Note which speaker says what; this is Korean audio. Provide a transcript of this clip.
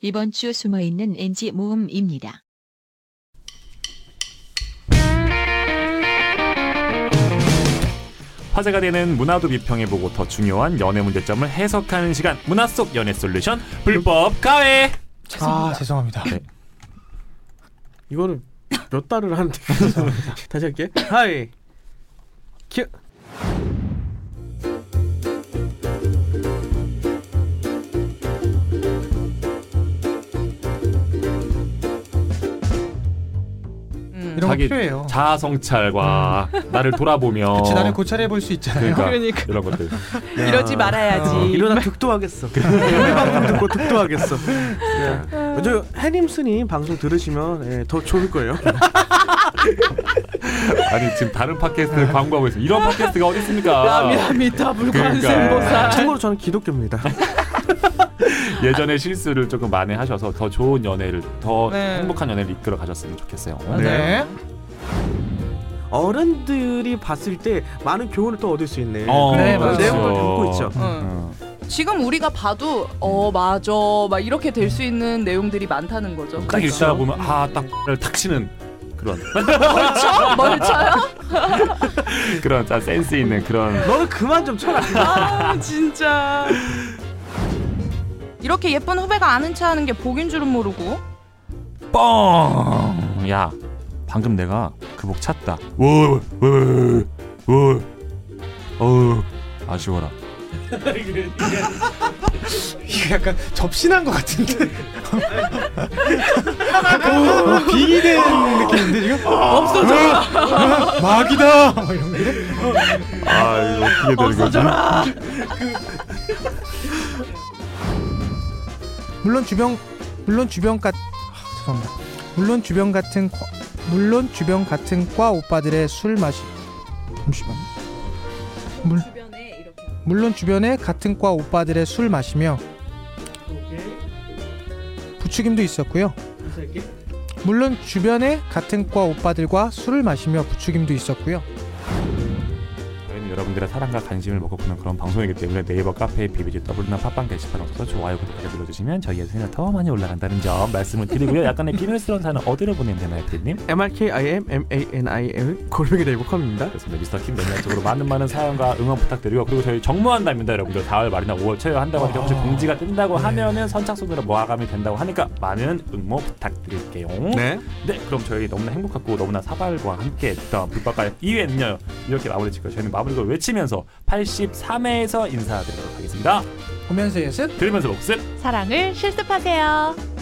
Speaker 1: 이번 주 숨어있는 NG 모음입니다.
Speaker 2: 화제가 되는 문화도 비평해보고 더 중요한 연애 문제점을 해석하는 시간 문화 속 연애 솔루션 불법 가해
Speaker 3: 아 죄송합니다.
Speaker 2: 네.
Speaker 4: 이거를 몇 달을 하는데 다시 할게 하이 큐
Speaker 5: 음.
Speaker 3: 이런 거
Speaker 2: 자기-
Speaker 3: 필요해요.
Speaker 2: 자아 성찰과 나를 돌아보며
Speaker 3: 같이 음. 나를 고찰해 볼 수 있잖아요.
Speaker 2: 그러니까,
Speaker 5: 그러니까.
Speaker 2: 이런 것들
Speaker 5: 이러지 말아야지.
Speaker 4: 어.
Speaker 5: 음.
Speaker 4: 이러다 득도하겠어 우리 방송 듣고 득도하겠어
Speaker 5: 음.
Speaker 4: 예. 저 해림스님 방송 들으시면 예, 더 좋을 거예요
Speaker 2: 아니 지금 다른 팟캐스트를 광고하고 있습니다 이런 팟캐스트가 어디
Speaker 3: 아,
Speaker 2: 있습니까
Speaker 5: 라미라미타
Speaker 2: 그러니까.
Speaker 5: 불관심보살.
Speaker 4: 참고로 저는 기독교입니다
Speaker 2: 예전에 실수를 조금 만회하셔서 더 좋은 연애를 더
Speaker 5: 네.
Speaker 2: 행복한 연애를 이끌어 가셨으면 좋겠어요
Speaker 3: 네.
Speaker 4: 어른들이 봤을 때 많은 교훈을 또 얻을 수 있는
Speaker 2: 어,
Speaker 5: 네,
Speaker 4: 그런
Speaker 5: 맞아요.
Speaker 4: 내용을 담고 있죠
Speaker 5: 응.
Speaker 2: 어.
Speaker 5: 지금 우리가 봐도 어 맞아 막 이렇게 될 수 있는 내용들이 많다는 거죠.
Speaker 2: 딱 읽다
Speaker 5: 그렇죠?
Speaker 2: 보면 아딱탁 치는 그런
Speaker 5: 멀쳐? 멀쳐요?
Speaker 2: 그런 딱 센스 있는 그런
Speaker 4: 너는 그만 좀 쳐라
Speaker 5: 아 진짜. 이렇게 예쁜 후배가 아는 체 하는 게 복인 줄은 모르고
Speaker 2: 뻥! 야, 방금 내가 그 복 찼다. 월, 월, 월. 어우, 아쉬워라.
Speaker 3: 이게 약간 접신한 것 같은데. 오, 빙의된 느낌인데 지금? 없어져. 막이다. 막 이런 거.
Speaker 2: 아, 이거 어떻게 되는 거지?
Speaker 3: 물론 주변 물론 주변 같 아, 죄송합니다. 물론 주변 같은 과, 물론 주변 같은 과 오빠들의 술 마시 잠시만. 물, 물론 주변에 같은 과 오빠들의 술 마시며 부추김도 있었고요. 물론 주변에 같은 과 오빠들과 술을 마시며 부추김도 있었고요.
Speaker 2: 저희는 여러분들의 사랑과 관심을 먹고 보는 그런 방송이기 때문에 네이버 카페, 비비지, 더블이나 팟빵 게시판 없어서 좋아요, 구독까지 눌러주시면 저희 예산이 더 많이 올라간다는 점 말씀을 드리고요. 약간의 비밀스러운 사연은 어디로 보내면 되나요, 피디님?
Speaker 4: MRKIMMANIL 골뱅이 데이브컴입니다
Speaker 2: 그렇습니다. 미스터 킴 맨날 쪽으로 많은 많은 사연과 응원 부탁드리고 그리고 저희 정모한답니다, 여러분들. 4월 말이나 5월 초에 한다고 하니까 혹시 공지가 뜬다고 하면은 선착순으로 모아감이 된다고 하니까 많은 응모 부탁드릴게요.
Speaker 4: 네
Speaker 2: 네, 그럼 저희 너무나 행복하고 너무나 사발과 함께 했던 불법과의 2회는요 이렇게 마무리 짓고 저희는 마무리를 외치면서 83회에서 인사드리도록 하겠습니다
Speaker 3: 보면서 예습
Speaker 2: 들으면서 복습
Speaker 6: 사랑을 실습하세요.